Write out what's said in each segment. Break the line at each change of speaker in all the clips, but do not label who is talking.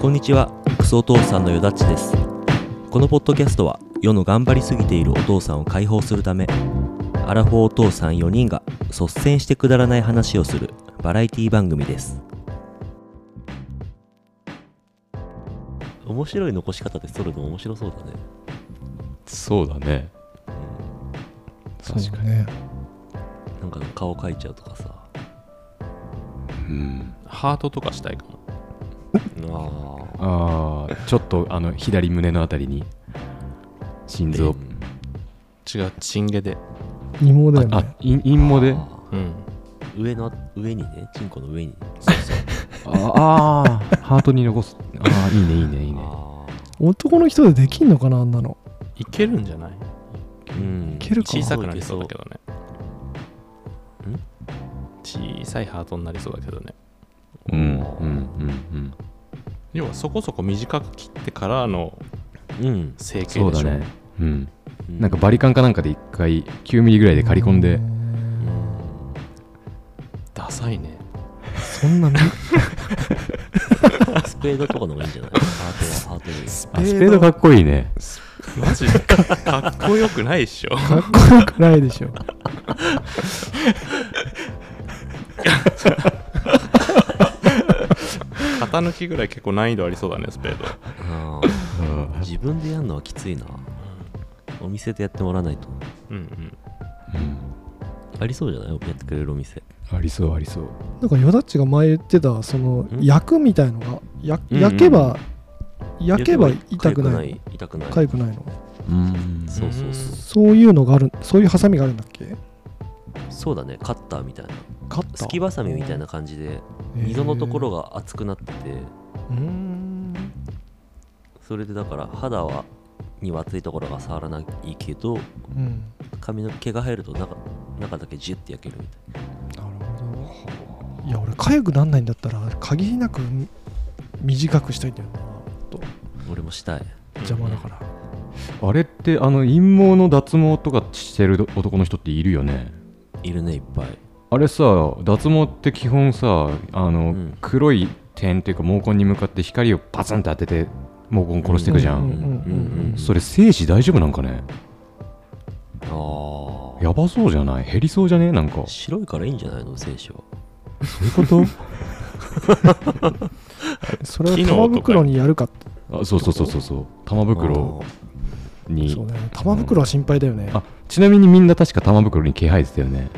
こんにちはクソお父さんのよだっちですこのポッドキャストは世の頑張りすぎているお父さんを解放するためアラフォーお父さん4人が率先してくだらない話をするバラエティ番組です面白い残し方で撮るの面白そうだね
そうだね確
そう
か
だ
に
ね
なんか顔描いちゃうとかさ
うんハートとかしたいかも
ああ
ああちょっとあの左胸のあたりに心臓
違うチンゲで
芋だよ
あ
ね
陰陰もで
うん
上の上にねチンコの上に
ああーハートに残す ああいいねいいねいいね
あ
男の人でできんのかなあんなの
いけるんじゃない
あうん
いけるか
小さくなりそうだけどね小さいハートになりそうだけどね
うんうんうん
要はそこそこ短く切ってからの
うん
整形でし
そ
ょ
うだねうん
う
なんかバリカンかなんかで一回9ミリぐらいで刈り込ん
う
で
ん
ダサいね
そんなみ
スペードとかの方がいいんじゃないハートはハートでいい
あスペードかっこいいね
マジでかっこよくないっしょ
かっこよくないでしょ
型抜きぐらい結構難易度ありそうだねスペード
あ
うん
ー自分でやるのはきついなお店でやってもらわないと
うんうん
うん
ありそうじゃないやってくれるお店
ありそうありそう
なんかよだっちが前言ってたその
ん
焼くみたいのが焼
うんうん
焼けば焼けば痛くない
い痛くない
痒くないの
うん
そうそうそ
そういうのがあるそういうハサミがあるんだっけ
うそうだねカッターみたいな
カッター
すきばさみみたいな感じで
へー
溝のところが厚くなってて
うーん
それでだから肌はには厚いところが触らないけど
うん
髪の毛が入ると中中だけジュッて焼けるみたい
なるほどいや俺痒くなんないんだったら限りなくみ短くしたいんだよなと
な俺もしたい
邪魔だから、
あれってあの陰毛の脱毛とかしてる男の人っているよね
いるねいっぱい
あれさ脱毛って基本さあの、
うん
黒い点っていうか毛根に向かって光をパツンと当てて毛根殺していくじゃん、
うんうんうん
それ精子大丈夫なんかね
ああ
やばそうじゃない減りそうじゃねなんかそ
白いからいいんじゃないの選手は
ういう こ
それを玉袋にやるかって
とあそうそうそうそうそう玉袋に
そうだよね玉袋は心配だよね
あちなみにみんな確か玉袋に毛生えてたよね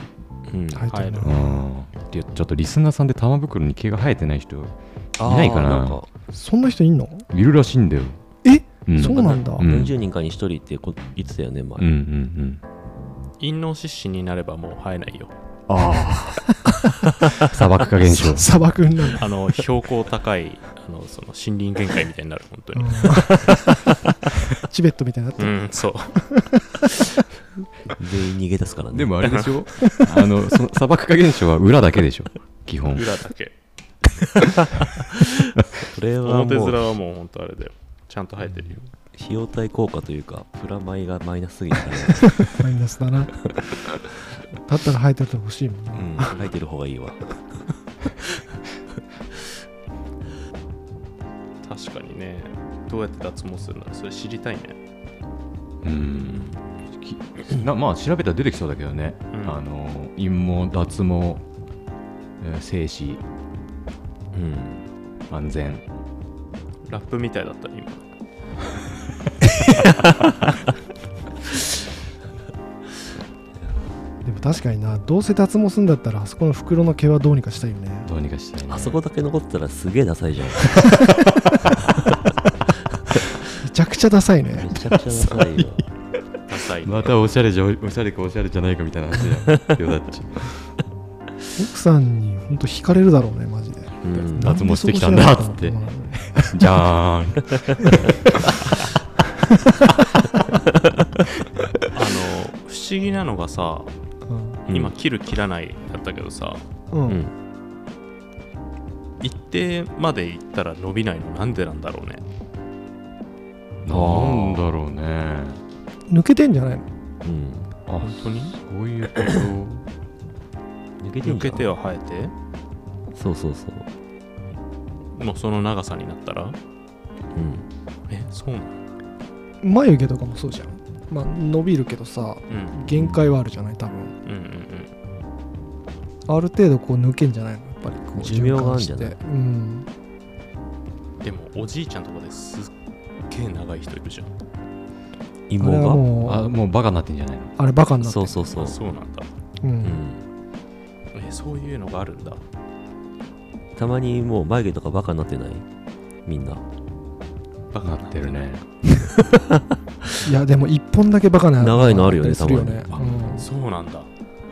うん
入ってるな
入
うんいやちょっとリスナーさんで玉袋に毛が生えてない人いないかな
あーか
そんな人いんの
いるらしいんだよ
え
うん
そうなんだ
うん
何十人かに一人ってこ言ってたよね前、
うんうんうん
陰嚢湿疹になればもう生えないよ
砂漠化現象
砂漠にな る
あの標高高いあのその森林限界みたいになる本当
う
に
んチベットみたいになって
う
る
んそう
全員逃げ出すからね
でもあれでし ょあのそ砂漠化現象は裏だけでしょ基本
裏だけ
それは
表
もう
面はもう本当あれだよちゃんと生えてるよ
費用対効果というかプラマイがマイナスすぎて、
マイナスだなだったら生えててほしいもんな
うん、書いてる方がいいわ
確かにねどうやって脱毛するのそれ知りたいね
うんきなまあ調べたら出てきそうだけどね、
うん
あの陰毛脱毛えー精子
うん
安全
ラップみたいだった今
でも確かになどうせ脱毛すんだったらあそこの袋の毛はどうにかしたいよね
どうにかしたいね、
あそこだけ残ってたらすげえダサいじゃん
めちゃくちゃダサいね
めちゃくちゃダサいよ
ダサい、ね、
またおしゃれじゃおおしゃれかおしゃれじゃないかみたいな話だ よよだっち
奥さんにほんと惹かれるだろうねマジで
うん
あ脱毛してきたんだっつって
なんでそこ知らなかったの
じ
かな
ゃーん
あの不思議なのがさ今切る切らないだったけどさ
うん、
うん
一定まで行ったら伸びないのなんでなんだろうね
なんだろうね
抜けてんじゃないの
うん
あ本
当に
そういうこと
抜けてん
抜
じゃ
け
ん
ては生えて
そうそうそう
もうその長さになったらうん。え、そうなの
眉毛とかもそうじゃんまあ伸びるけどさ
うん。
限界はあるじゃない多分
うんうんうん。
ある程度こう抜けんじゃないのやっぱりこう
寿命があるんじゃない
循環してうん
でも、おじいちゃんとかですっげえ長い人いるじゃん。
あれは
芋
もう
あ
あ
もうバカになってんじゃないの
れバカ
が
になって
そうそうそう
あそうなんだ。
う
うんん。え、そういうのがあるんだ。
たまにもう眉毛とかバカになってないみんな
バカ
なってるね。
いやでも一本だけバカな
長いのあるよね
やつするよね
たま
うん
そうなんだ。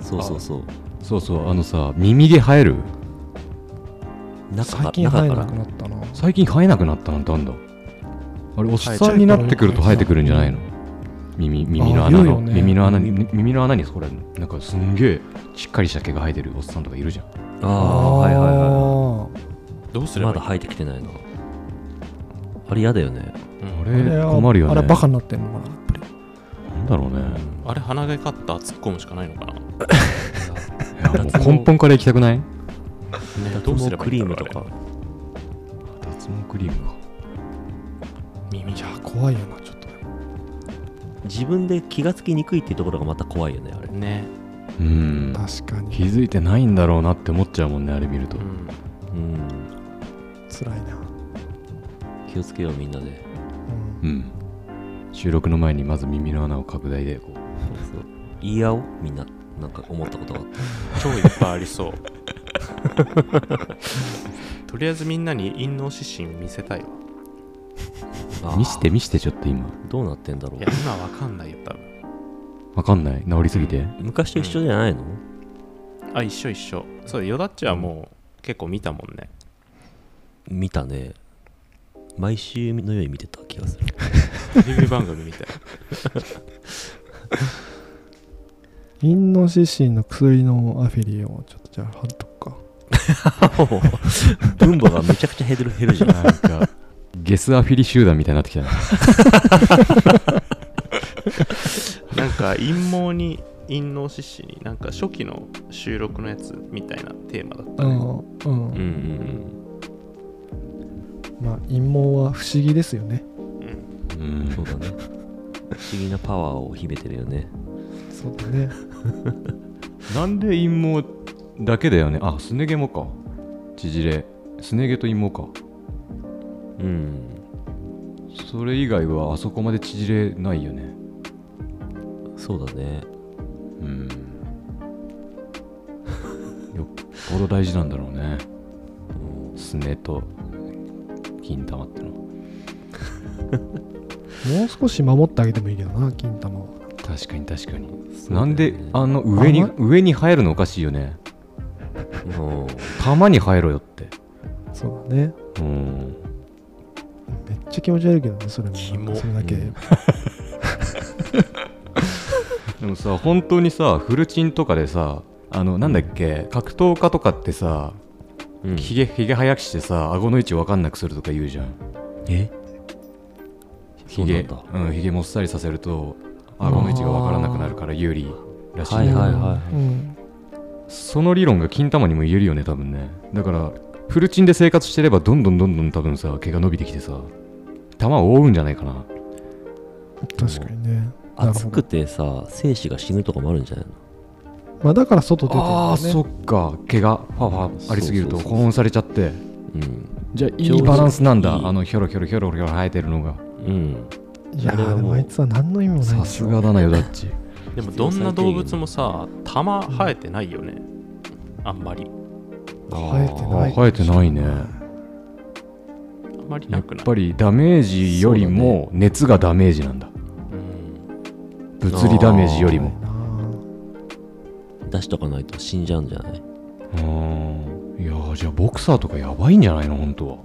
そうそうそう
そうそうあのさ耳毛生える
中か
最近生え
中か
な
ら
くなったな
最近生えなくなったなんてあんだあれおっ
生えちゃう
さんになってくると生えてくるんじゃないの耳耳の
あ
穴
言うよ
の、
ね
耳の穴に耳の穴にこれなんかすんげえしっかりした毛が生えてるおっさんとかいるじゃん
ああはいはいは
はい
どうす
い
れば
ま
いい
だ生えてきてないなあれ嫌だよね
うん
あ
あれ
れ
は
困るよね
あれバカになってんのかなやっぱり
なんだろうね
あれ鼻毛カッター突っ込むしかないのかな、ね、
いやもう根本から行きたくない
脱
どうす
毛
ればい
ク
いん
リ
だ
ー
ろう
ムとか
脱毛クリームか
あれ耳じゃ
怖いよなちょっと
自分で気がつきにくいっていうところがまた怖いよねあれ
ね
うん
確か
気
に
づいてないんだろうなって思っちゃうもんねあれ見ると、
うん
うん
辛いな
気をつけようみんなで
うん
うん、収録の前にまず耳の穴を拡大でこう
そう言い合おうみんななんか思ったことがあっ
超いっぱいあり そうとりあえずみんなに陰嚢指針見せたいわ
た あー
見して見してちょっと今
どうなってんだろ
いや
う
今わかんないよ多分
わかんない治りすぎて
昔と一緒じゃないの
あ一緒一緒そうよだっちはもう結構見たもんね
見たね毎週のように見てた気がす る
テレビ番組みたい
陰の獅子の薬のアフィリエをちょっとじゃあ貼っとくか
もう分母がめちゃくちゃ減る減るじゃん
なんか ゲスアフィリ集団みたいになってきたね
なんか陰謀に陰謀獅子になんか初期の収録のやつみたいなテーマだった
う
ね
んうん、
うんうん
まあ陰謀は不思議ですよね
うん
う
うんそうんだね不思議なパワーを秘めてるよね
そうだね
なんで陰謀だけだよねあすね毛もか縮れすね毛と陰謀か
うん
それ以外はあそこまで縮れないよね
そうだね
うんよっぽど大事なんだろうねすねと金玉ってのは
もう少し守ってあげてもいいけどな金玉は
確かに確かに
そうだよ
なんで
ね
あの上に
あんま
上に生えるのおかしいよね
うん
玉に生えろよって
そうだね
うん
めっちゃ気持ち悪いけどねそれも
キモ
なんかそれだけ、
うん
でもさ本当にさフルチンとかでさあのなんだっけ格闘家とかってさ
うん
ひげひげ早くしてさ顎の位置分かんなくするとか言うじゃん
えそ
ひ
うな
げ
んだ
うんひげもっさりさせると顎の位置が分からなくなるから有利らしいよ
はいはいは
うん、
その理論が金玉にも言えるよね多分ねだからフルチンで生活してればどんどんどんどん多分さ毛が伸びてきてさ玉を覆うんじゃないかな
確かにねなるほど
暑くてさ精子が死ぬとかもあるんじゃないの
まあだから外出てるんだよ
あ
ね
あそっか毛がパワーありすぎると
そうそうそう
保温されちゃっ
う
て
ん
じゃあい
上
い
手
バランスなんだ
いい
あのヒョロヒョロヒョロヒョロ生えてるのが
うん
いや
あれは
ーで
もう
もあいつは何の意味もないん
さ
です
す
よ
がだなよだっち
でもどんな動物もさ玉生えてないよねあんまり
生えてない
あー生えてないね
あんまり
や
な
っ
くない
ぱりダメージよりも熱がダメージなんだ
うん
物理ダメージよりも
出しとかないと死んじゃうんじゃないう
ーんいやーじゃあボクサーとかやばいんじゃないの本当は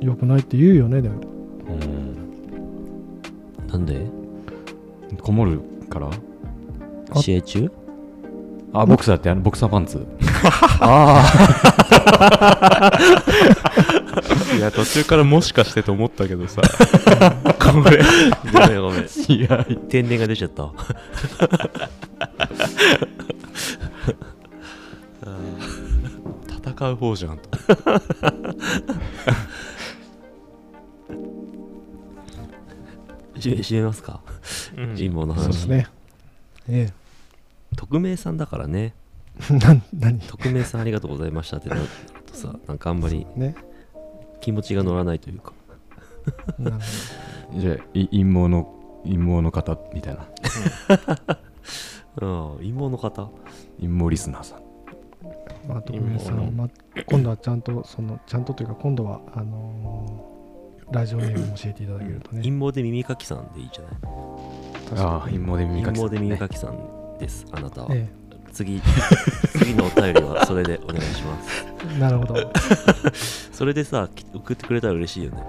よくないって言うよねでも
うん
なんで
こもるから
あ
試合中
あボクサーってあのボクサーパンツあ
いや途中からもしかしてと思ったけ どさごめん
ごめんごめん
あいや
天然が出ちゃったわ
戦う方じゃんと
締め締めますか、
うん
人望の
そうです
話、
ね。え
匿名さんだからね
え。 なん、何
匿名さんありがとうございましたってなるとさなんかあんまり
ね。
気持ちが乗らないというか
なるほ
じゃあい陰謀の陰謀の方みたいな
うん陰謀の方
陰謀リスナーさん
どまあ、徳光さん、まあ、今度はちゃんと、その、ちゃんとというか、今度は、あのーラジオネームを教えていただけるとね。
陰謀で耳かきさんでいいじゃない
確
ああ
か
陰謀で耳か
陰
きさ
謀
ん、
で耳
ね、
かきさんですあなたは、
に。え
次 次のお便りはそれでお願いします
え。なるほど。
それでさき送ってくれたら嬉しいよね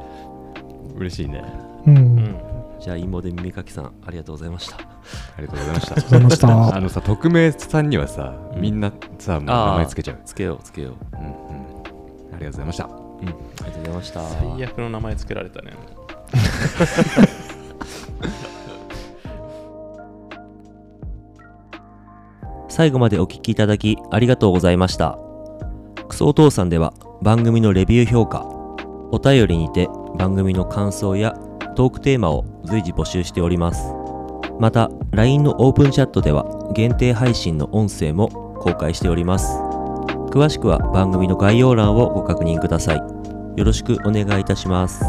嬉しいね
う。
うんん
じゃあ陰謀で耳かきさんありがとうございました
ありがとうございました
ありがとうございました。
あのさ匿名さんにはさ
うん
みんなさ、もう
あー
名前つけちゃう、
つけようつけよう
うんうん、ありがとうございました
うんありがとうございました
最悪の名前つけられたね
最後までお聞きいただきありがとうございました。クソお父さんでは番組のレビュー評価、お便りにて番組の感想やトークテーマを随時募集しております。また、LINE のオープンチャットでは限定配信の音声も公開しております。詳しくは番組の概要欄をご確認ください。よろしくお願いいたします。